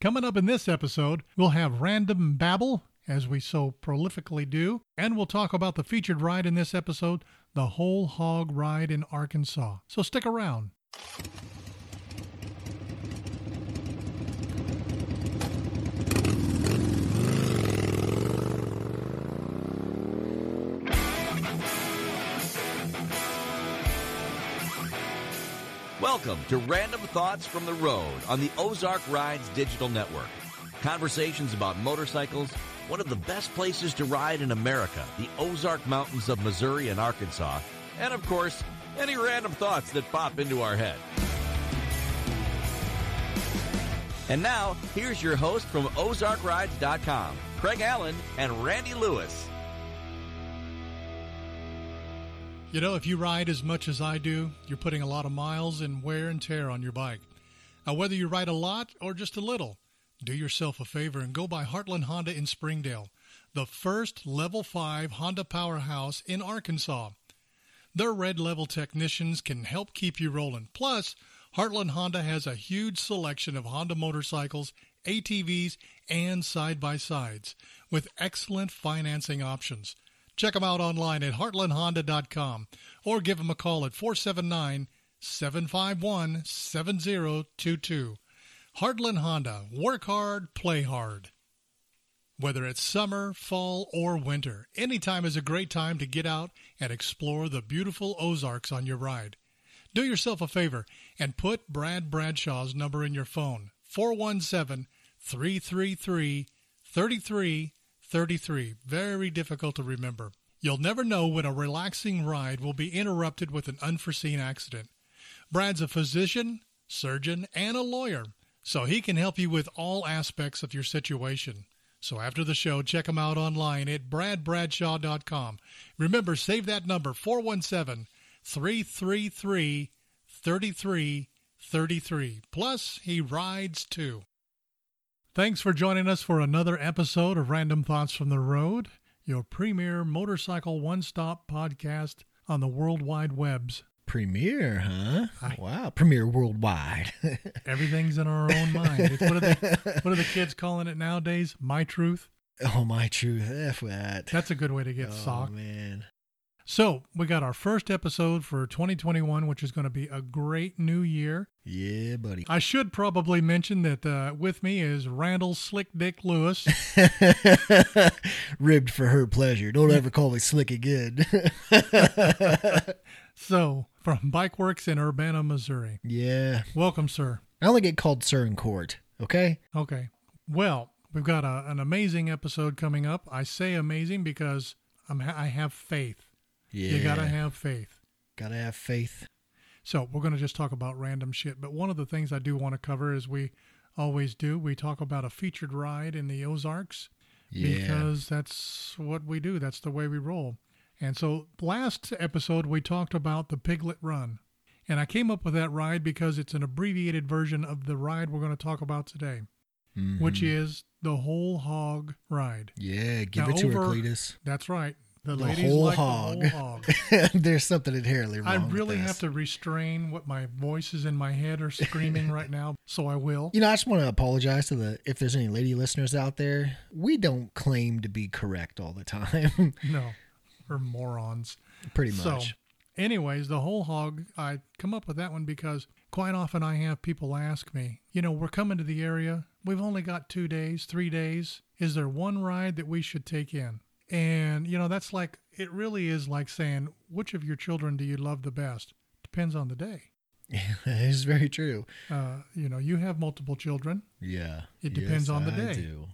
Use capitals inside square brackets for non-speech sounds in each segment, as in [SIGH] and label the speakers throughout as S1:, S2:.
S1: Coming up in this episode, we'll have random babble, as we so prolifically do, and we'll talk about the featured ride in this episode, the Whole Hog Ride in Arkansas. So stick around.
S2: Welcome to Random Thoughts from the Road on the Ozark Rides Digital Network. Conversations about motorcycles, one of the best places to ride in America, the Ozark Mountains of Missouri and Arkansas, and of course, any random thoughts that pop into our head. And now, here's your host from OzarkRides.com, Craig Allen and Randy Lewis.
S1: You know, if you ride as much as I do, you're putting a lot of miles and wear and tear on your bike. Now, whether you ride a lot or just a little, do yourself a favor and go by Heartland Honda in Springdale, the first level 5 Honda powerhouse in Arkansas. Their red level technicians can help keep you rolling. Plus, Heartland Honda has a huge selection of Honda motorcycles, ATVs, and side by sides with excellent financing options. Check them out online at heartlandhonda.com or give them a call at 479 751 7022. Heartland Honda. Work hard, play hard. Whether it's summer, fall, or winter, any time is a great time to get out and explore the beautiful Ozarks on your ride. Do yourself a favor and put Brad Bradshaw's number in your phone 417 333 3333. Very difficult to remember. You'll never know when a relaxing ride will be interrupted with an unforeseen accident. Brad's a physician, surgeon, and a lawyer, so he can help you with all aspects of your situation. So after the show, check him out online at bradbradshaw.com. Remember, save that number 417 333 3333. Plus, he rides too. Thanks for joining us for another episode of Random Thoughts from the Road, your premier motorcycle one stop podcast on the World Wide Webs.
S3: Premiere, huh? Wow, premiere worldwide.
S1: Everything's in our own mind. It's, what, are the,
S3: [LAUGHS]
S1: what are the kids calling it nowadays? My truth.
S3: oh my truth, f that.
S1: That's a good way
S2: [LAUGHS]
S1: to get
S3: oh
S1: socked.
S3: man,
S1: So we got our first episode for 2021, which is going to be a great new year.
S3: yeah, buddy.
S1: I should probably mention that uh, with me is Randall Slick Dick Lewis.
S3: [LAUGHS] Ribbed for her pleasure. Don't ever call me slick again. [LAUGHS]
S1: so from Bike Works in Urbana, Missouri.
S3: yeah,
S1: Welcome, sir.
S3: I only get called sir in court. Okay.
S1: Okay. Well, we've got a, an amazing episode coming up. I say amazing because I'm ha- I have faith.
S3: Yeah.
S1: You gotta have faith.
S3: gotta have faith.
S1: So we're going to just talk about random shit. But one of the things I do want to cover is we always do. We talk about a featured ride in the Ozarks
S3: Yeah.
S1: because that's what we do. That's the way we roll. And so last episode we talked about the Piglet Run. And I came up with that ride because it's an abbreviated version of the ride we're going to talk about today,
S3: Mhm.
S1: which is the Whole Hog Ride.
S3: yeah, give
S1: Now,
S3: it to her,
S1: over-
S3: Cletus.
S1: That's right. The,
S3: The
S1: ladies
S3: whole
S1: like
S3: hog.
S1: the whole hog.
S3: [LAUGHS] There's something inherently wrong.
S1: I
S3: with
S1: really
S3: this.
S1: have to restrain what my voices in my head are
S3: [LAUGHS]
S1: screaming right now, so I will.
S3: You know, I just want to apologize to the if there's any lady listeners out there. We don't claim to be correct all the time, [LAUGHS]
S1: No, we're morons.
S3: pretty
S1: So,
S3: much. [LAUGHS]
S1: anyways, the whole hog, I come up with that one because quite often I have people ask me, you know, we're coming to the area. We've only got two days, three days. Is there one ride that we should take in? And, you know, that's like, it really is like saying, which of your children do you love the best? Depends on the day.
S3: it's very true.
S1: Uh, you know, you have multiple children.
S3: Yeah.
S1: It depends on the
S3: I
S1: day.
S3: do.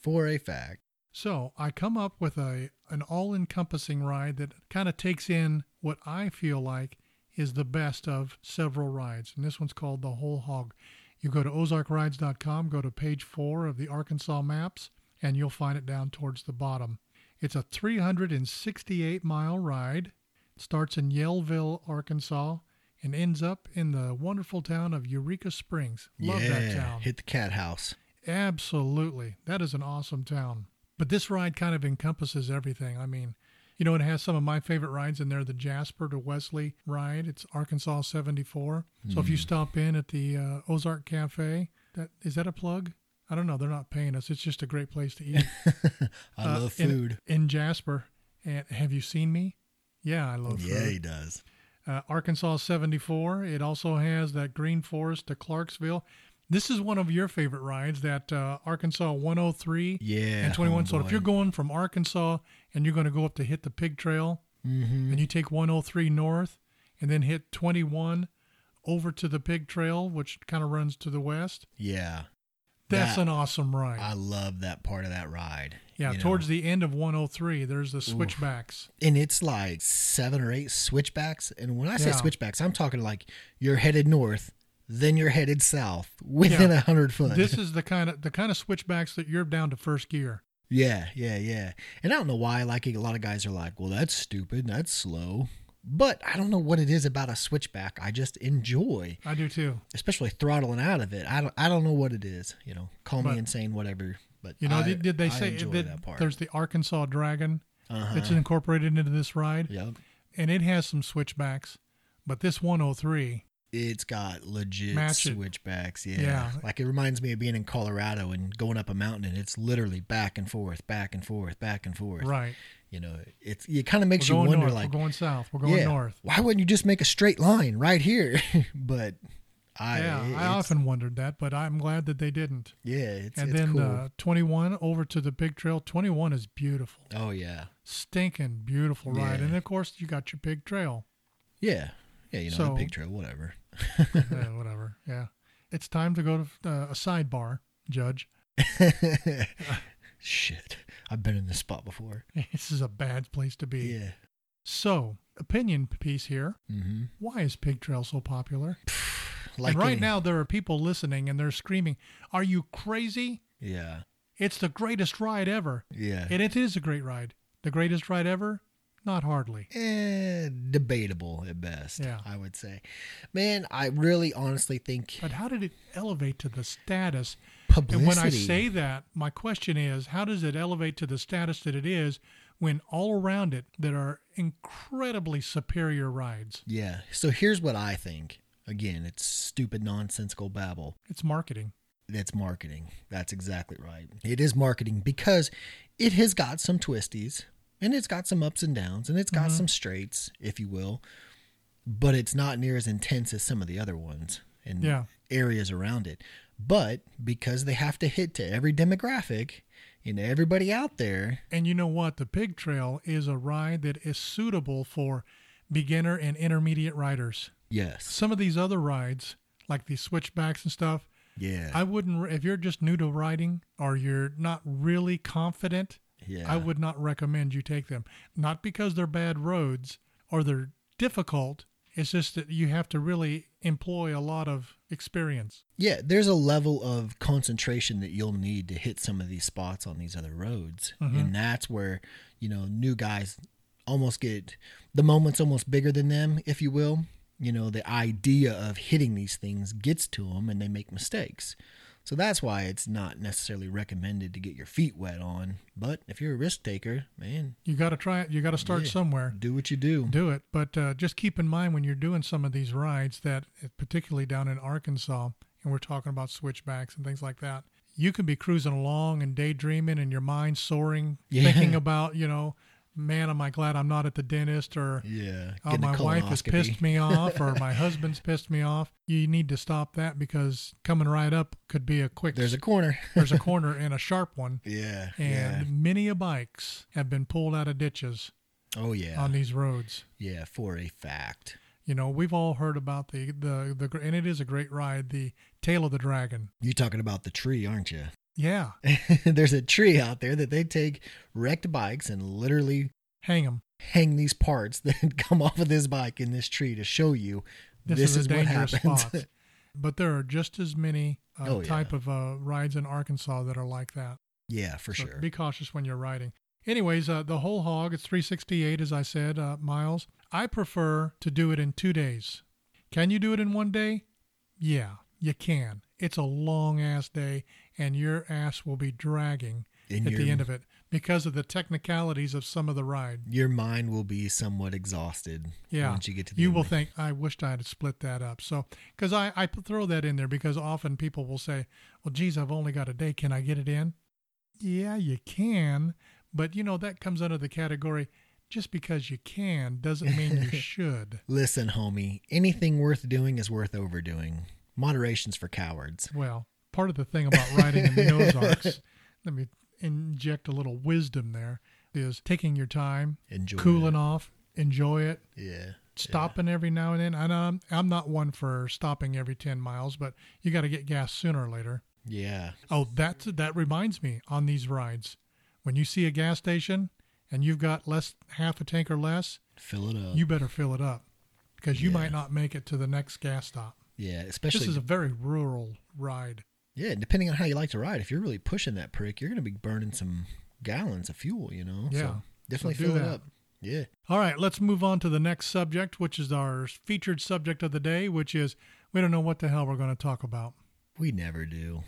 S3: For a fact.
S1: So I come up with a an all-encompassing ride that kind of takes in what I feel like is the best of several rides, and this one's called the Whole Hog. You go to OzarkRides.com, go to page four of the Arkansas maps, and you'll find it down towards the bottom. It's a 368 mile ride. It starts in Yellville, Arkansas, and ends up in the wonderful town of Eureka Springs. Love
S3: yeah.
S1: that town.
S3: Hit the cat house.
S1: Absolutely. That is an awesome town. But this ride kind of encompasses everything. I mean, you know, it has some of my favorite rides in there the Jasper to Wesley ride. It's Arkansas
S3: Hmm.
S1: 74. So if you stop in at the uh, Ozark Cafe, that is that a plug? I don't know. They're not paying us. It's just a great place to eat.
S3: [LAUGHS] I
S1: Uh,
S3: love
S1: in-
S3: food.
S1: in, Jasper. And have you seen me? Yeah, I love
S3: yeah, he
S1: Oh, food.
S3: does.
S1: Uh, Arkansas 74. It also has that Green Forest to Clarksville. This is one of your favorite rides, that uh, Arkansas 103
S3: Yeah,
S1: and 21. So if
S3: homeboy.
S1: you're going from Arkansas and you're going to go up to hit the Pig Trail,
S3: Mm-hmm.
S1: and you take 103 north and then hit 21 over to the Pig Trail, which kind of runs to the west,
S3: Yeah,
S1: that's
S3: That-
S1: an awesome ride.
S3: I love that part of that ride.
S1: yeah,
S3: you know.
S1: towards the end of 103, there's the switchbacks.
S3: and it's like seven or eight switchbacks. And when I say
S1: Yeah.
S3: switchbacks, I'm talking like you're headed north, then you're headed south [LAUGHS] within a
S1: Yeah.
S3: hundred foot.
S1: this is the kind of the kind of switchbacks that you're down to first gear.
S3: [LAUGHS] yeah, yeah, yeah. And I don't know why. Like a lot of guys are like, "Well, that's stupid. That's slow." But I don't know what it is about a switchback. I just enjoy,
S1: I do too.
S3: especially throttling out of it. I don't, I don't know what it is. You know, call
S1: But-
S3: me insane, whatever. But
S1: You know,
S3: I-
S1: did, did they
S3: I
S1: say
S3: enjoy
S1: that
S3: that part?
S1: there's the Arkansas Dragon
S3: uh-huh.
S1: that's incorporated into this ride,
S3: Yep.
S1: and it has some switchbacks, but this 103,
S3: It's got legit
S1: Match it.
S3: switchbacks. Yeah.
S1: Yeah.
S3: Like it reminds me of being in Colorado and going up a mountain and it's literally back and forth, back and forth, back and forth.
S1: right?
S3: You know, it's it kind of makes
S1: We're
S3: you
S1: going
S3: wonder
S1: north.
S3: like
S1: we're going south. We're going
S3: yeah,
S1: north.
S3: Why wouldn't you just make a straight line right here? [LAUGHS] but I
S1: yeah,
S3: it-
S1: I
S3: it's-
S1: often wondered that, but I'm glad that they didn't.
S3: Yeah, it's,
S1: and
S3: it's
S1: then
S3: cool.
S1: uh, 21 over to the Pig Trail. 21 is beautiful,
S3: oh yeah.
S1: stinking beautiful ride,
S3: Yeah.
S1: and of course you got your Pig
S3: [LAUGHS]
S1: Trail.
S3: Yeah. Yeah, you know,
S1: So-
S3: the big trail, whatever. [LAUGHS]
S1: yeah, Eh, whatever. Yeah, it's time to go to uh, a sidebar, Judge. [LAUGHS]
S3: [LAUGHS] Shit. I've been in this spot before.
S1: This is a bad place to be.
S3: Yeah.
S1: So, opinion piece here.
S3: Mm-hmm.
S1: Why is Pig Trail so popular? and right now, there are people listening and they're screaming, Are you crazy?
S3: Yeah.
S1: It's the greatest ride ever.
S3: Yeah.
S1: And it is a great ride. The greatest ride ever? Not hardly.
S3: eh, debatable at best.
S1: Yeah.
S3: I would say. Man, I really honestly think
S1: But how did it elevate to the status?
S3: publicity.
S1: And when I say that, my question is, how does it elevate to the status that it is when all around it there are incredibly superior rides?
S3: yeah, so here's what I think. Again, it's stupid nonsensical babble.
S1: It's marketing.
S3: That's marketing. That's exactly right. It is marketing because it has got some twisties and it's got some ups and downs and it's got
S1: Mm-hmm.
S3: some straights, if you will, but it's not near as intense as some of the other ones and
S1: Yeah.
S3: areas around it. But because they have to hit to every demographic and everybody out there,
S1: And you know what? The Pig Trail is a ride that is suitable for beginner and intermediate riders.
S3: yes,
S1: Some of these other rides, like the switchbacks and stuff,
S3: yeah,
S1: I wouldn't, if you're just new to riding or you're not really confident,
S3: yeah,
S1: I would not recommend you take them. Not because they're bad roads or they're difficult. It's just that you have to really employ a lot of experience.
S3: Yeah, there's a level of concentration that you'll need to hit some of these spots on these other roads.
S1: Mm-hmm.
S3: And that's where, you know, new guys almost get the moment's almost bigger than them, if you will. You know, the idea of hitting these things gets to them and they make mistakes. So that's why it's not necessarily recommended to get your feet wet on. But if you're a risk taker, man,
S1: You got to try it. You got to start
S3: Yeah.
S1: somewhere.
S3: do what you do.
S1: do it. But uh, just keep in mind when you're doing some of these rides that, eh, particularly down in Arkansas, and we're talking about switchbacks and things like that, you can be cruising along and daydreaming and your mind soaring,
S3: Yeah.
S1: thinking about, you know, man, am I glad I'm not at the dentist or.
S3: Yeah.
S1: Oh,
S3: getting a
S1: my wife has
S3: colonoscopy.
S1: pissed
S3: [LAUGHS]
S1: me off, or my husband's pissed me off. You need to stop that because coming right up could be a quick.
S3: There's a corner.
S1: [LAUGHS] there's a corner and a sharp one,
S3: yeah.
S1: and many a bikes have been pulled out of ditches
S3: yeah. Oh, yeah.
S1: on these roads.
S3: yeah, for a fact.
S1: You know, we've all heard about the the the gr- and it is a great ride, the Tail of the Dragon.
S3: You're talking about the tree, aren't you? [LAUGHS]
S1: Yeah,
S3: There's a tree out there that they take wrecked bikes and literally
S1: hang 'em.
S3: hang these parts [LAUGHS] that come off of this bike in this tree to show you
S1: This,
S3: this,
S1: is, a
S3: what
S1: dangerous
S3: happens.
S1: spot. But there are just as many uh,
S3: Oh, yeah.
S1: type of uh, rides in Arkansas that are like that.
S3: [LAUGHS] yeah, for
S1: So
S3: sure.
S1: Be cautious when you're riding. Anyways, uh, the whole hog, it's 368, as I said, uh, miles. I prefer to do it in two days. Can you do it in one day? Yeah, you can. It's a long ass day, and your ass will be dragging
S3: And
S1: at
S3: your,
S1: the end of it because of the technicalities of some of the ride.
S3: your mind will be somewhat exhausted
S1: Yeah.
S3: once you get to the end
S1: will
S3: of it.
S1: think, I wished I had split that up. So, because I, I p- throw that in there because often people will say, well, geez, I've only got a day. Can I get it in? Yeah, you can. But, you know, that comes under the category just because you can doesn't mean
S3: [LAUGHS]
S1: you should.
S3: Listen, homie, anything worth doing is worth overdoing. Moderation's for cowards.
S1: Well, part of the thing about riding in the Ozarks,
S3: [LAUGHS]
S1: let me inject a little wisdom there, is taking your time,
S3: Enjoy
S1: cooling
S3: it.
S1: off, enjoy it,
S3: Yeah.
S1: stopping every now and then. And I'm, I'm not one for stopping every 10 miles, but you got to get gas sooner or later.
S3: Yeah.
S1: Oh, that, that reminds me on these rides. When you see a gas station and you've got less half a tank or less,
S3: Fill it up.
S1: you better fill it up because you
S3: Uh-huh. Yeah.
S1: might not make it to the next gas stop.
S3: yeah,
S1: This
S3: especially
S1: is a very rural ride.
S3: yeah, depending on how you like to ride. If you're really pushing that prick, you're gonna be burning some gallons of fuel. You know.
S1: Yeah.
S3: So definitely
S1: do
S3: fill it
S1: that.
S3: up. Yeah.
S1: All right, let's move on to the next subject, which is our featured subject of the day, which is we don't know what the hell we're going to talk about.
S3: We never do.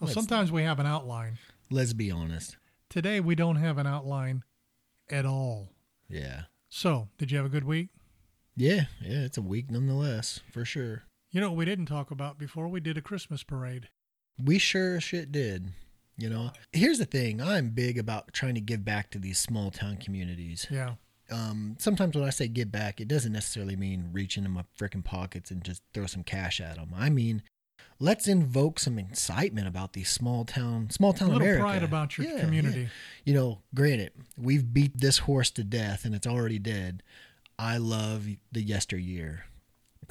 S1: Well,
S3: Let's-
S1: sometimes we have an outline.
S3: Let's be honest.
S1: Today, we don't have an outline at all.
S3: Yeah.
S1: So, did you have a good week?
S3: Yeah. Yeah. It's a week nonetheless, for sure.
S1: You know what we didn't talk about before? We did a Christmas parade.
S3: We sure as shit did. You know, here's the thing. I'm big about trying to give back to these small town communities.
S1: Yeah.
S3: um, sometimes when I say give back, it doesn't necessarily mean reach into my freaking pockets and just throw some cash at them. I mean, let's invoke some excitement about these small town, small town
S1: A little
S3: America.
S1: pride about your
S3: Yeah, yeah.
S1: community.
S3: You know, granted, we've beat this horse to death and it's already dead. I love the yesteryear.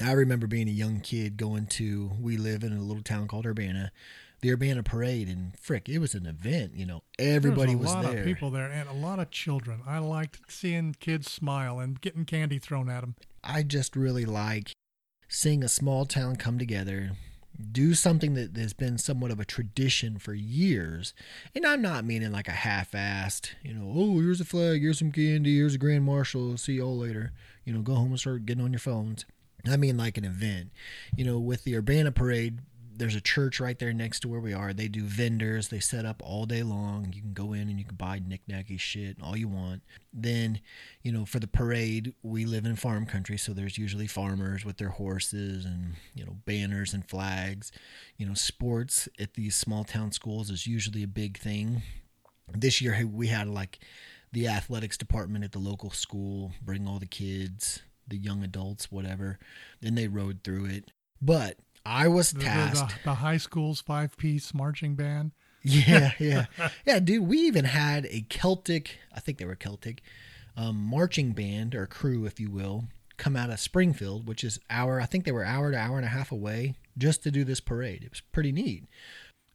S3: I remember being a young kid going to, we live in a little town called Urbana, the Urbana Parade, and frick, it was an event. You know, everybody
S1: there was a lot
S3: there.
S1: of people there and a lot of children. I liked seeing kids smile and getting candy thrown at them.
S3: I just really like seeing a small town come together, do something that has been somewhat of a tradition for years. And I'm not meaning like a half assed, you know, oh, here's a flag, here's some candy, here's a grand marshal, see y'all later. You know, go home and start getting on your phones. I mean, like an event. You know, with the Urbana Parade, there's a church right there next to where we are. They do vendors. They set up all day long. You can go in and you can buy knickknacky shit all you want. Then, you know, for the parade, we live in farm country, so there's usually farmers with their horses and you know banners and flags. You know, sports at these small town schools is usually a big thing this year we had like the athletics department at the local school bring all the kids the young adults whatever and they rode through it but i was
S1: The, the- the,
S3: tasked
S1: the high school's five piece marching band.
S3: yeah yeah yeah dude we even had a celtic i think they were celtic um, marching band or crew if you will come out of springfield which is hour i think they were hour to hour and a half away just to do this parade it was pretty neat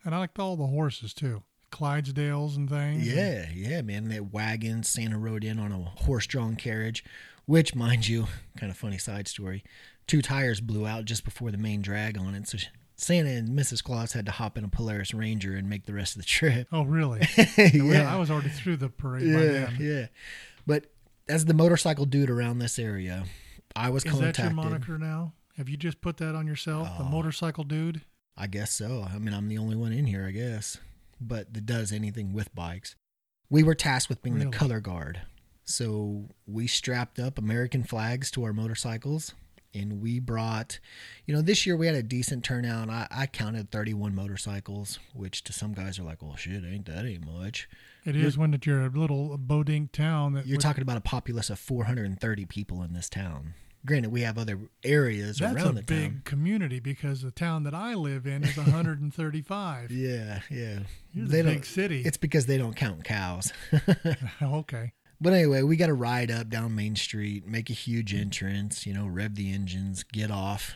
S1: And I liked all the horses too. Clydesdales and things.
S3: Yeah, yeah, man. That wagon Santa rode in on a horse-drawn carriage, which, mind you, [LAUGHS] kind of funny side story. Two tires blew out just before the main drag on it, so sh- Santa and Mrs. Claus had to hop in a Polaris Ranger and make the rest of
S1: [LAUGHS]
S3: the trip. [LAUGHS]
S1: Oh, really?
S3: yeah,
S1: I was already through the parade by
S3: yeah,
S1: then.
S3: yeah. But as the motorcycle dude around this area, I was
S1: Is that
S3: contacted.
S1: your moniker now? Have you just put that on yourself, the motorcycle dude?
S3: I guess so. I mean, I'm the only one in here, I guess, but that does anything with bikes. We were tasked with being
S1: Really?
S3: the color guard. So we strapped up American flags to our motorcycles and we brought, you know, this year we had a decent turnout. I, I counted 31 motorcycles, which to some guys are like, well, shit, ain't that ain't much.
S1: It is when that you're a little bodink town that
S3: You're
S1: would-
S3: talking about a populace of 430 people in this town. Granted, we have other areas
S1: That's
S3: around
S1: a
S3: the
S1: big
S3: town.
S1: community because the town that I live in
S3: [LAUGHS]
S1: is 135.
S3: Yeah, yeah.
S1: You're the
S3: They don't-
S1: big city.
S3: It's because they don't count cows.
S1: [LAUGHS]
S3: [LAUGHS]
S1: okay.
S3: But anyway, we got to ride up down Main Street, make a huge entrance, you know, rev the engines, get off.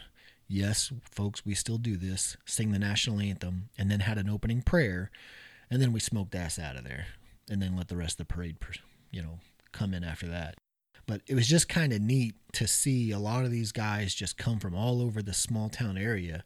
S3: Yes, folks, we still do this, sing the national anthem, and then had an opening prayer, and then we smoked ass out of there, and then let the rest of the parade, per- you know, come in after that. But it was just kind of neat to see a lot of these guys just come from all over the small town area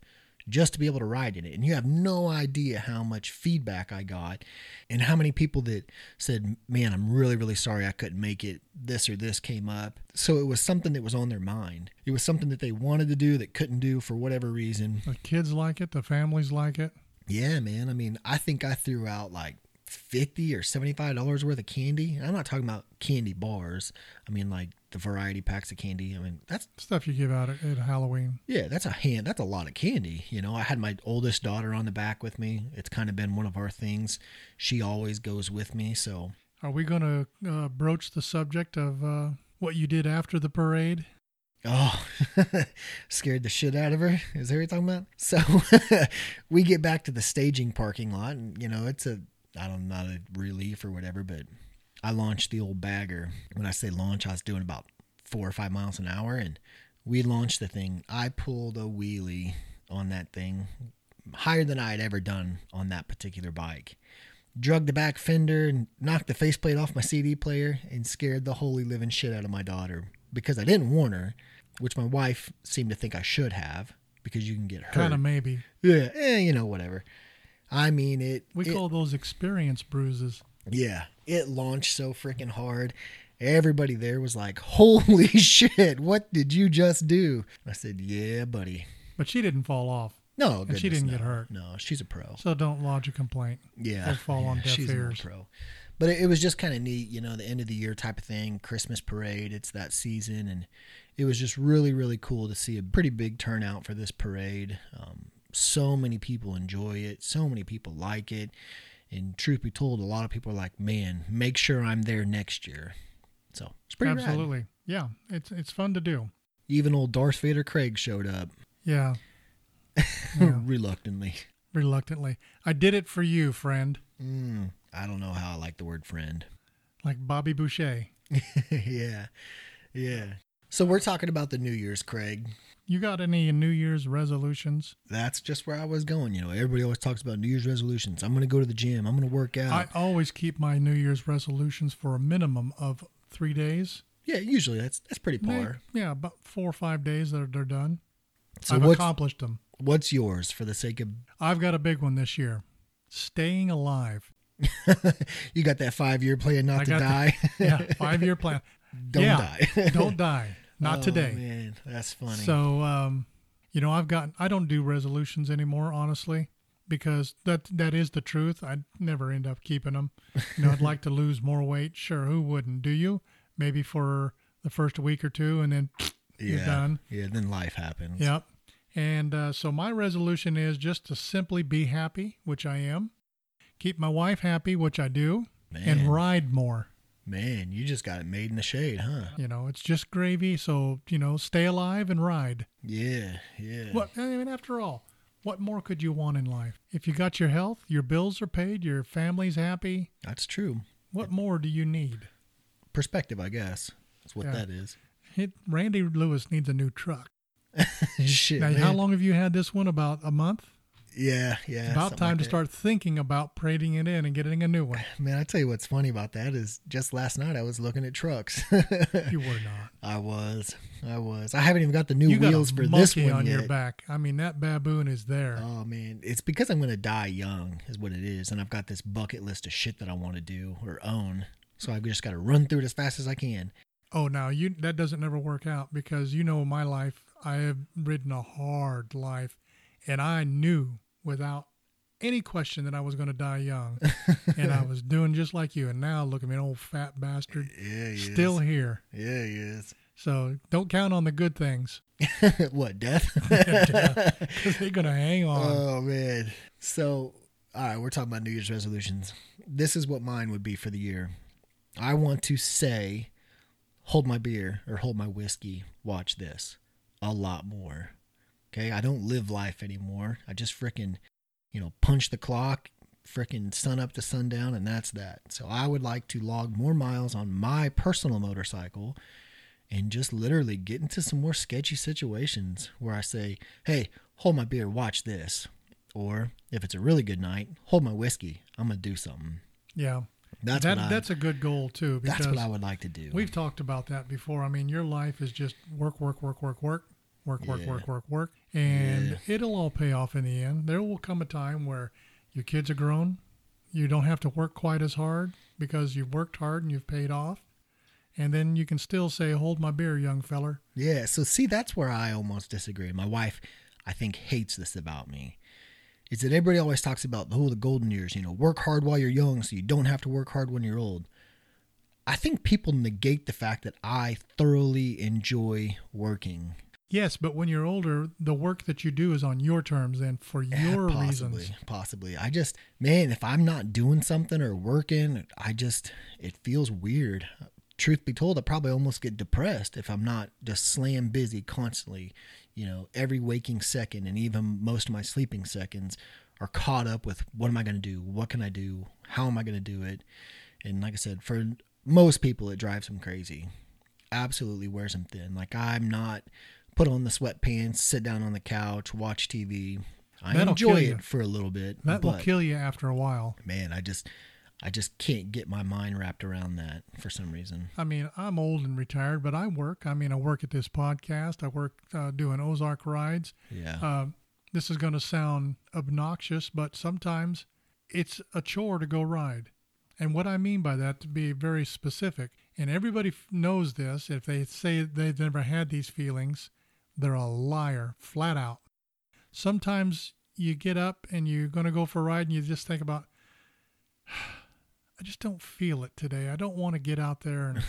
S3: just to be able to ride in it. And you have no idea how much feedback I got and how many people that said, Man, I'm really, really sorry I couldn't make it. This or this came up. So it was something that was on their mind. It was something that they wanted to do that couldn't do for whatever reason.
S1: The kids like it. The families like it.
S3: Yeah, man. I mean, I think I threw out like fifty or seventy five dollars worth of candy. And I'm not talking about candy bars. I mean like the variety packs of candy. I mean that's
S1: Stuff you give out at, at Halloween.
S3: yeah, that's a hand. That's a lot of candy. You know, I had my oldest daughter on the back with me. It's kind of been one of our things. She always goes with me. So
S1: Are we going to uh, broach the subject of uh, what you did after the parade?
S3: Oh, [LAUGHS] scared the shit out of her. Is that what you're talking about? So [LAUGHS] we get back to the staging parking lot, and you know it's a I don't know, not a relief or whatever, but I launched the old bagger. When I say launch, I was doing about four or five miles an hour, and we launched the thing. I pulled a wheelie on that thing higher than I had ever done on that particular bike. Drugged the back fender and knocked the faceplate off my CD player and scared the holy living shit out of my daughter because I didn't warn her, which my wife seemed to think I should have because you can get hurt.
S1: Kind of maybe.
S3: yeah, eh, you know, whatever. I mean, it.
S1: We
S3: it-
S1: call those experience bruises.
S3: yeah, it launched so freaking hard. Everybody there was like, "Holy [LAUGHS] shit! What did you just do?" I said, "Yeah, buddy."
S1: But she didn't fall off.
S3: No,
S1: And she
S3: goodness,
S1: didn't
S3: no.
S1: get hurt.
S3: No, she's a pro.
S1: So don't lodge a complaint.
S3: Yeah,
S1: Or fall
S3: yeah,
S1: on deaf
S3: she's a
S1: ears.
S3: pro. But it, it was just kind of neat, you know, the end of the year type of thing, Christmas parade. It's that season, and it was just really, really cool to see a pretty big turnout for this parade. Um, so many people enjoy it. So many people like it. And truth be told, a lot of people are like, "Man, make sure I'm there next year." So it's pretty rad.
S1: Absolutely. Yeah. It's, it's fun to do.
S3: Even old Darth Vader Craig showed up [LAUGHS]
S1: Yeah. Yeah.
S3: reluctantly.
S1: Reluctantly. I did it for you, friend.
S3: Mm, I don't know how I like the word friend.
S1: Like Bobby Boucher.
S3: [LAUGHS] yeah. Yeah. So we're talking about the New Year's, Craig.
S1: You got any New Year's resolutions?
S3: That's just where I was going. You know, everybody always talks about New Year's resolutions. I'm going to go to the gym. I'm going to work out.
S1: I always keep my New Year's resolutions for a minimum of three days.
S3: yeah, usually that's that's pretty
S1: May-
S3: par.
S1: Yeah, about four or five days that they're done.
S3: So
S1: I've
S3: what's
S1: accomplished them.
S3: what's yours for the sake of
S1: I've got a big one this year. Staying
S3: [LAUGHS]
S1: alive.
S3: you got that five year plan not
S1: I
S3: to
S1: got the- [LAUGHS]
S3: die? [LAUGHS]
S1: Yeah, five year plan.
S3: Don't
S1: Yeah,
S3: die. [LAUGHS]
S1: don't die. Not
S3: Oh,
S1: today.
S3: Man, that's funny.
S1: So, um, you know, I've gotten. I don't do resolutions anymore, honestly, because that that is the truth. I never end up keeping them. You know, I'd like to lose more weight. Sure, who wouldn't? Do you? Maybe for the first week or two, and then
S3: yeah.
S1: you're done.
S3: Yeah, then life happens.
S1: Yep. And uh, so my resolution is just to simply be happy, which I am. Keep my wife happy, which I do,
S3: Man.
S1: and ride more.
S3: Man, you just got it made in the shade, huh?
S1: You know, it's just gravy. So you know, stay alive and ride.
S3: Yeah, yeah.
S1: What? I mean, after all, what more could you want in life? If you got your health, your bills are paid, your family's happy.
S3: That's true.
S1: What more do you need?
S3: Perspective, I guess. That's what
S1: Yeah.
S3: that is. [LAUGHS]
S1: It, Randy Lewis needs a new truck.
S3: Shit.
S1: Now,
S3: man.
S1: how long have you had this one? About a month.
S3: Yeah, yeah.
S1: About
S3: something
S1: time
S3: like
S1: to
S3: that.
S1: start thinking about trading it in and getting a new one.
S3: Man, I tell you what's funny about that is just last night I was looking at trucks. [LAUGHS]
S1: You were not.
S3: I was, I was. I haven't even got the [LAUGHS] new
S1: you got
S3: wheels
S1: a
S3: for
S1: monkey
S3: this one
S1: on
S3: yet.
S1: your back. I mean, that baboon is there.
S3: Oh man, it's because I'm gonna die young is what it is, and I've got this bucket list of shit that I want to do or own. So I've just got to run through it as fast as I can.
S1: Oh, now you that doesn't ever work out because you know my life. I have ridden a hard life, and I knew without any question that I was going to die
S3: [LAUGHS]
S1: young, and I was doing just like you. And now look at me, an old fat bastard,
S3: Yeah,
S1: still here.
S3: Yeah, yes.
S1: So don't count on the good
S3: [LAUGHS]
S1: things. [LAUGHS]
S3: what death? [LAUGHS]
S1: 'cause They're going to hang on.
S3: Oh man. So all right, we're talking about New Year's resolutions. This is what mine would be for the year. I want to say, hold my beer or hold my whiskey. Watch this a lot more. Okay, I don't live life anymore. I just frickin', you know, punch the clock, frickin' sun up to sundown, and that's that. So I would like to log more miles on my personal motorcycle and just literally get into some more sketchy situations where I say, hey, hold my beer, watch this. Or if it's a really good night, hold my whiskey, I'm going to do something.
S1: yeah,
S3: That's,
S1: that,
S3: what, I,
S1: that's a good goal too. Because
S3: that's what I would like to do.
S1: We've talked about that before. I mean, your life is just work, work, work, work, work, work, work,
S3: Yeah.
S1: work, work, work, and it'll all pay off in the end. There will come a time where your kids are grown, you don't have to work quite as hard because you've worked hard and you've paid off, and then you can still say, "Hold my beer, young feller."
S3: Yeah, so see, that's where I almost disagree. My wife, I think, hates this about me. is that everybody always talks about "Oh, the whole the golden years, you know, work hard while you're young so you don't have to work hard when you're old. I think people negate the fact that I thoroughly enjoy working.
S1: Yes, but when you're older, the work that you do is on your terms and for
S3: Yeah,
S1: your
S3: Eh, possibly,
S1: reasons.
S3: Possibly. I just man, if I'm not doing something or working, I just it feels weird. Truth be told, I probably almost get depressed if I'm not just slam busy constantly, you know, every waking second and even most of my sleeping seconds are caught up with what am I going to do? What can I do? How am I going to do it? And like I said, for most people it drives them crazy absolutely wears them thin. Like I'm not put on the sweatpants, sit down on the couch, watch TV. I
S1: That'll
S3: enjoy
S1: kill you.
S3: it for a little bit,
S1: That will
S3: but
S1: kill you after a while.
S3: man, I just I just can't get my mind wrapped around that for some reason.
S1: I mean, I'm old and retired, but I work. I mean, I work at this podcast. I work uh, doing Ozark rides.
S3: Yeah.
S1: Uh, this is going to sound obnoxious, but sometimes it's a chore to go ride. And what I mean by that, to be very specific, and everybody f- knows this, if they say they've never had these feelings, they're a liar, flat out. Sometimes you get up and you're going to go for a ride and you just think about, [SIGHS] I just don't feel it today. I don't want to get out there. And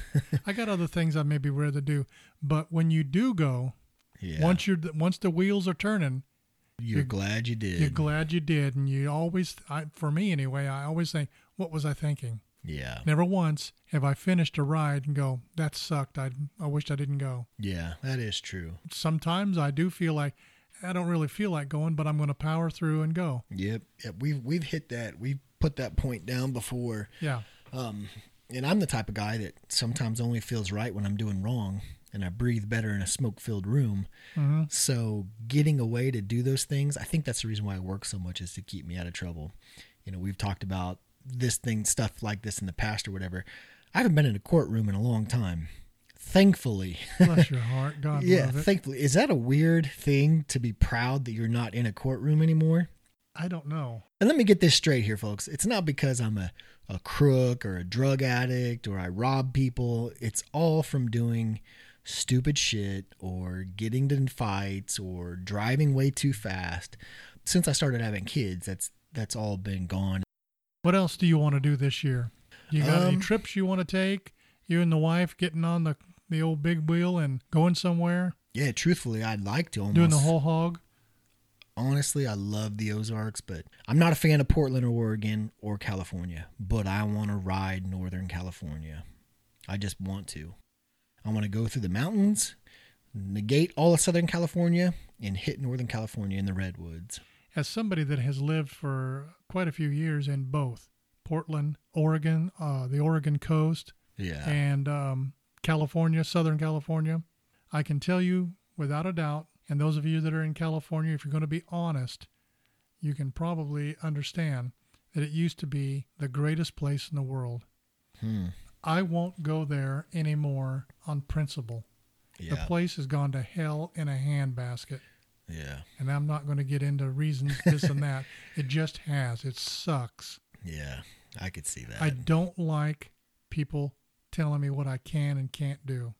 S1: I got other things I may be ready to do. But when you do go,
S3: yeah.
S1: once you're once the wheels are turning,
S3: you're,
S1: you're-
S3: glad you did.
S1: you're glad you did, and you always, I, for me anyway, I always think, "What was I thinking?"
S3: yeah.
S1: Never once have I finished a ride and go, "That sucked. I I wished I didn't go."
S3: Yeah, that is true.
S1: Sometimes I do feel like I don't really feel like going, but I'm going to power through and go.
S3: Yep. Yep. We've we've hit that. We've put that point down before.
S1: Yeah,
S3: Um, and I'm the type of guy that sometimes only feels right when I'm doing wrong and I breathe better in a smoke filled room.
S1: Mm-hmm.
S3: So getting away to do those things, I think that's the reason why I work so much is to keep me out of trouble. You know, we've talked about this thing, stuff like this in the past or whatever. I haven't been in a courtroom in a long time. Thankfully.
S1: bless your
S3: [LAUGHS]
S1: heart, God
S3: yeah,
S1: love it.
S3: thankfully. Is that a weird thing to be proud that you're not in a courtroom anymore?
S1: I don't know.
S3: And let me get this straight here, folks. It's not because I'm a, a crook or a drug addict or I rob people. It's all from doing stupid shit or getting in fights or driving way too fast. Since I started having kids, that's that's all been gone.
S1: What else do you want to do this year? You got any
S3: Um,
S1: trips you want to take? You and the wife getting on the the old big wheel and going somewhere,
S3: Yeah, truthfully, I'd like to almost
S1: doing the whole hog.
S3: honestly, I love the Ozarks, but I'm not a fan of Portland or Oregon or California, but I want to ride Northern California. I just want to. I want to go through the mountains, negate all of Southern California, and hit Northern California in the Redwoods.
S1: as somebody that has lived for quite a few years in both Portland, Oregon, uh, the Oregon coast,
S3: Yeah.
S1: and um, California, Southern California, I can tell you without a doubt, and those of you that are in California, if you're going to be honest, you can probably understand that it used to be the greatest place in the world.
S3: Hmm.
S1: I won't go there anymore on principle. The
S3: Yeah.
S1: place has gone to hell in a handbasket
S3: Yeah.
S1: and I'm not going to get into reasons this and
S3: [LAUGHS]
S1: that. It just has. It sucks.
S3: Yeah. I could see that.
S1: I don't like people telling me what I can and can't do.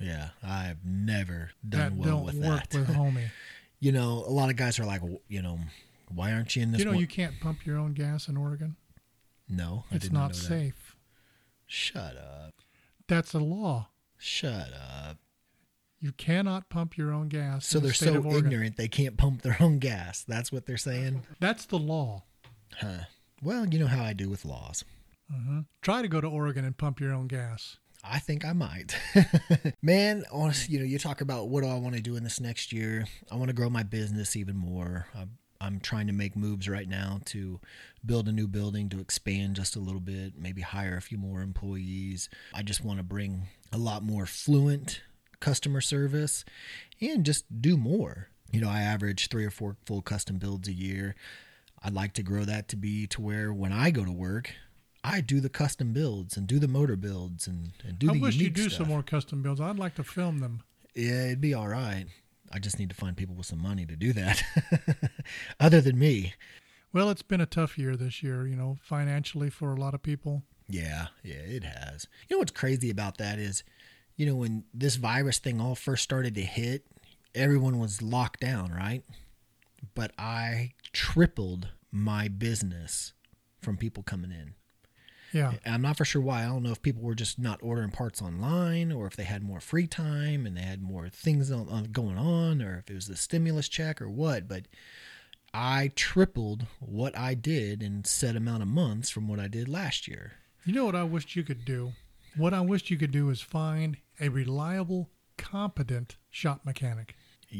S3: yeah. I've never
S1: that
S3: done well
S1: don't
S3: with
S1: work
S3: that.
S1: with homie.
S3: [LAUGHS] you know, a lot of guys are like, w- you know, why aren't you in this
S1: you know
S3: one?
S1: you can't pump your own gas in Oregon.
S3: no, I
S1: It's
S3: didn't know
S1: not
S3: that.
S1: safe.
S3: Shut up.
S1: That's a law.
S3: Shut up.
S1: You cannot pump your own gas.
S3: So
S1: in the
S3: they're
S1: state
S3: so
S1: of Oregon.
S3: ignorant they can't pump their own gas. That's what they're saying.
S1: That's the law.
S3: Huh. Well, you know how I do with laws.
S1: hmm Try to go to Oregon and pump your own gas.
S3: I think I might. [LAUGHS] Man, honestly, you know, you talk about what do I want to do in this next year? I want to grow my business even more. I'm, I'm trying to make moves right now to build a new building, to expand just a little bit, maybe hire a few more employees. I just want to bring a lot more fluent customer service and just do more. You know, I average three or four full custom builds a year. I'd like to grow that to be to where when I go to work, I do the custom builds and do the motor builds and, and do
S1: I
S3: the
S1: wish you'd
S3: unique
S1: do
S3: stuff.
S1: some more custom builds. I'd like to film them.
S3: Yeah, it'd be all right. I just need to find people with some money to do that, [LAUGHS] other than me.
S1: Well, it's been a tough year this year, you know, financially for a lot of people.
S3: Yeah, yeah, it has. You know what's crazy about that is, you know, when this virus thing all first started to hit, everyone was locked down, right? but I tripled my business from people coming in.
S1: Yeah.
S3: And I'm not for sure why. I don't know if people were just not ordering parts online or if they had more free time and they had more things on, on going on or if it was the stimulus check or what, but I tripled what I did in set amount of months from what I did last year.
S1: You know what I wished you could do? What I wished you could do is find a reliable, competent shop mechanic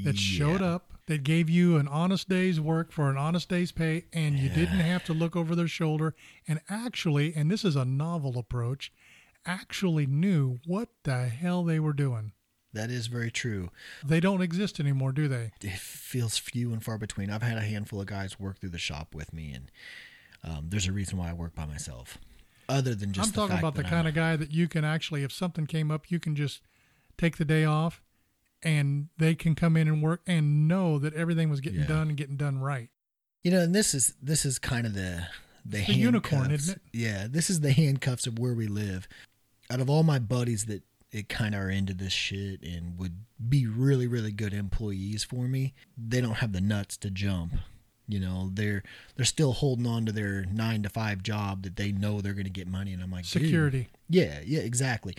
S1: that showed
S3: Yeah.
S1: up, that gave you an honest day's work for an honest day's pay, and you didn't have to look over their shoulder and actually, and this is a novel approach, actually knew what the hell they were doing.
S3: That is very true.
S1: They don't exist anymore, do they?
S3: it feels few and far between. I've had a handful of guys work through the shop with me, and um, there's a reason why I work by myself. Other than just
S1: I'm talking about the kind of guy that you can actually, if something came up, you can just take the day off and they can come in and work and know that everything was getting
S3: Yeah.
S1: done and getting done right.
S3: you know, and this is this is kind of the the,
S1: It's the unicorn,
S3: handcuffs.
S1: isn't it?
S3: Yeah, this is the handcuffs of where we live. Out of all my buddies that it kind of are into this shit and would be really really good employees for me, they don't have the nuts to jump. You know, they're they're still holding on to their nine to five job that they know they're going to get money, and I'm like dude,
S1: Security.
S3: Yeah, yeah, exactly.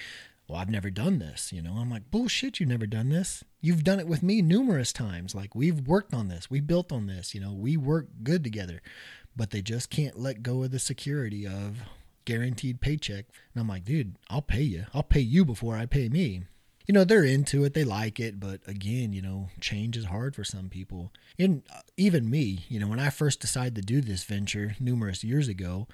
S3: Well, I've never done this, you know. I'm like, bullshit, you've never done this. You've done it with me numerous times. Like, we've worked on this, we built on this, you know, we work good together. But they just can't let go of the security of guaranteed paycheck. And I'm like, dude, I'll pay you. I'll pay you before I pay me. You know, they're into it, they like it. But again, you know, change is hard for some people. And uh, even me, you know, when I first decided to do this venture numerous years ago,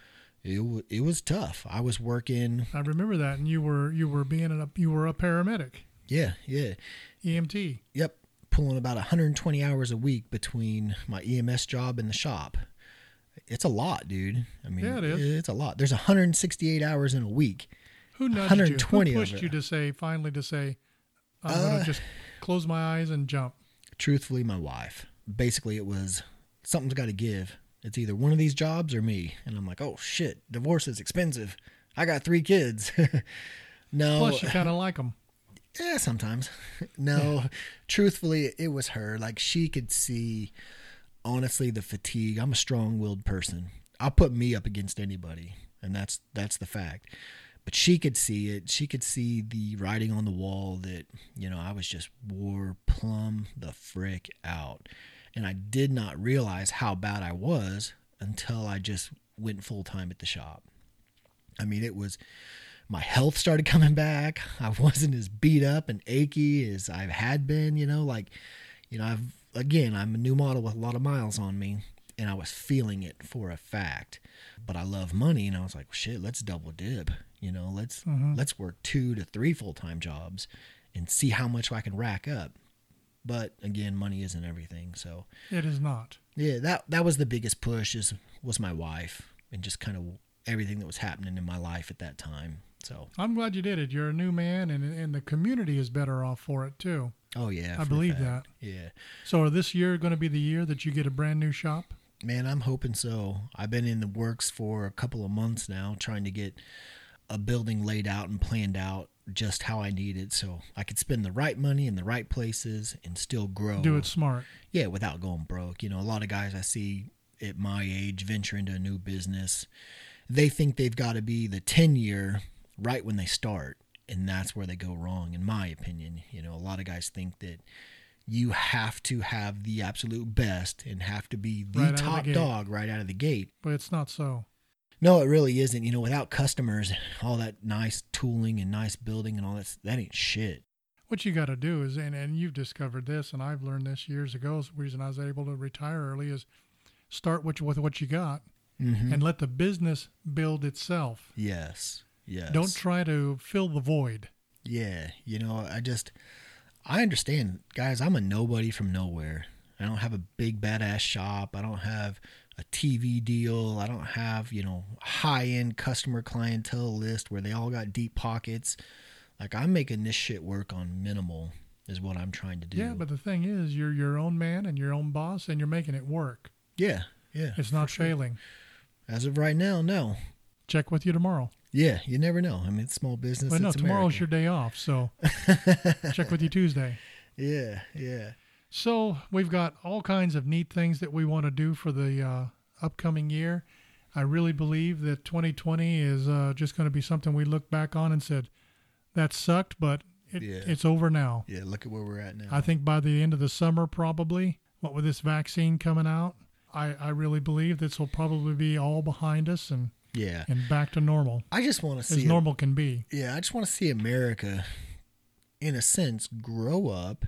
S3: it, w- it was tough. I was working
S1: I remember that, and you were you were being a you were a paramedic, E
S3: Yeah, yeah.
S1: EMT.
S3: Yep. Pulling about 120 hours a week between my EMS job and the shop. It's a lot, dude. I mean,
S1: Yeah, it is.
S3: it's a lot. There's 168 hours in a week.
S1: Who nudged you?
S3: 120
S1: Who
S3: of Uh.
S1: pushed
S3: it.
S1: you to say finally to say, I'm gonna just close my eyes and jump.
S3: Truthfully, my wife. Basically, it was something's got to give. It's either one of these jobs or me. And I'm like, oh shit, divorce is expensive. I got three kids. [LAUGHS] no.
S1: Plus, you kind of like them.
S3: Yeah, Eh, sometimes. [LAUGHS] No, truthfully, it was her. Like she could see, honestly, the fatigue. I'm a strong-willed person. I'll put me up against anybody, and that's that's the fact. But she could see it. She could see the writing on the wall that you know I was just wore plumb the frick out, and I did not realize how bad I was until I just went full time at the shop. I mean, it was my health started [LAUGHS] coming back. I wasn't as beat up and achy as I had been, you know, like you know, I've again, I'm a new model with a lot of miles on me and I was feeling it for a fact. But I love money and I was like, shit, let's double dip, you know, let's let's work 2 to 3 full-time jobs and see how much I can rack up. But again, money isn't everything, so
S1: It is not.
S3: yeah, that that was the biggest push is was my wife and just kind of everything that was happening in my life at that time. So,
S1: I'm glad you did it. You're a new man, and and the community is better off for it too.
S3: oh yeah,
S1: I
S3: for a
S1: believe
S3: fact. Yeah,
S1: So, are this year going to be the year that you get a brand new shop?
S3: man, I'm hoping so. I've been in the works for a couple of months now, trying to get a building laid out and planned out just how I need it, so I could spend the right money in the right places and still grow.
S1: Do it smart.
S3: yeah, without going broke. You know, a lot of guys I see at my age venture into a new business, they think they've got to be the 10 year right when they start. And that's where they go wrong, in my opinion. You know, a lot of guys think that you have to have the absolute best and have to be the
S1: Right out of the
S3: top
S1: gate.
S3: dog right out of the gate.
S1: But it's not so.
S3: No, it really isn't. You know, without customers, all that nice tooling and nice building and all that, that ain't shit.
S1: What you got to do is, and, and you've discovered this, and I've learned this years ago. Is the reason I was able to retire early is start what you, with what you got
S3: Mm-hmm.
S1: and let the business build itself.
S3: Yes. Yes.
S1: Don't try to fill the void.
S3: Yeah, you know, I just I understand, guys, I'm a nobody from nowhere. I don't have a big badass shop. I don't have a TV deal. I don't have, you know, high-end customer clientele list where they all got deep pockets. Like I'm making this shit work on minimal is what I'm trying to do.
S1: Yeah, but the thing is, you're your own man and your own boss, and you're making it work.
S3: yeah, yeah.
S1: It's not failing.
S3: As of right now, no.
S1: Check with you tomorrow.
S3: Yeah, you never know. I mean, it's small business.
S1: But no,
S3: it's
S1: tomorrow's
S3: [LAUGHS] America.
S1: your day off, so check with you Tuesday.
S3: Yeah, yeah.
S1: So we've got all kinds of neat things that we want to do for the uh, upcoming year. I really believe that 2020 is uh, just going to be something we look back on and said, that sucked, but it,
S3: Yeah.
S1: it's over now.
S3: Yeah, look at where we're at now.
S1: I think by the end of the summer, probably, what with this vaccine coming out, I, I really believe this will probably be all behind us and,
S3: yeah.
S1: and back to normal,
S3: I just want to
S1: as
S3: see
S1: normal can be.
S3: Yeah, I just want to see America in a sense grow up,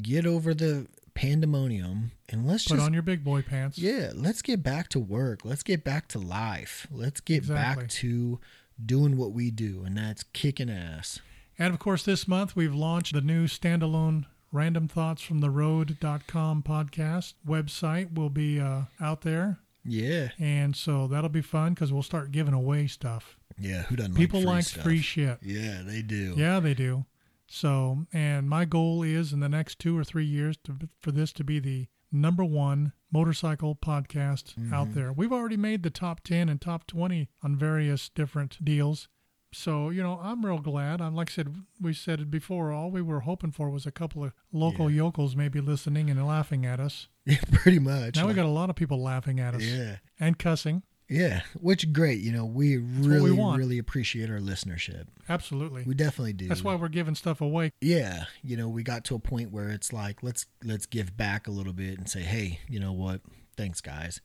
S3: get over the pandemonium and let's
S1: Put
S3: just
S1: on your big boy pants.
S3: Yeah, let's get back to work. Let's get back to life. Let's get
S1: Exactly.
S3: back to doing what we do, and that's kicking ass.
S1: And of course, this month we've launched the new standalone Random Thoughts from the Road.com podcast website will be uh, out there.
S3: Yeah.
S1: And so that'll be fun because we'll start giving away stuff.
S3: Yeah, who doesn't
S1: People
S3: like
S1: like
S3: stuff?
S1: free shit.
S3: Yeah, they do.
S1: Yeah, they do. So, and my goal is in the next two or three years to, for this to be the number one motorcycle podcast
S3: Mm-hmm.
S1: out there. We've already made the top 10 and top 20 on various different deals. So, you know, I'm real glad. I'm like I said, we said it before, all we were hoping for was a couple of local yokels maybe listening and laughing at us.
S3: [LAUGHS] Yeah, pretty much.
S1: now we
S3: Like,
S1: got a lot of people laughing at us
S3: Yeah.
S1: and cussing.
S3: Yeah, which great. You know, we
S1: what we
S3: really
S1: want.
S3: really appreciate our listenership.
S1: Absolutely.
S3: We definitely do.
S1: That's why we're giving stuff away.
S3: yeah, you know, we got to a point where it's like let's let's give back a little bit and say, hey, you know what? Thanks, guys.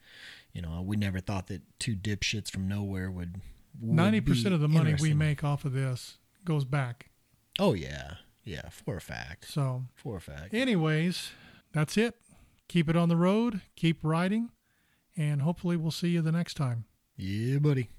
S3: You know, we never thought that two dipshits from nowhere would. would
S1: Ninety percent
S3: be
S1: of the money we
S3: interesting.
S1: make off of this goes back.
S3: Oh yeah, yeah, for a fact,
S1: So,
S3: for a fact.
S1: anyways, that's it. Keep it on the road. Keep riding, and hopefully we'll see you the next time.
S3: yeah buddy.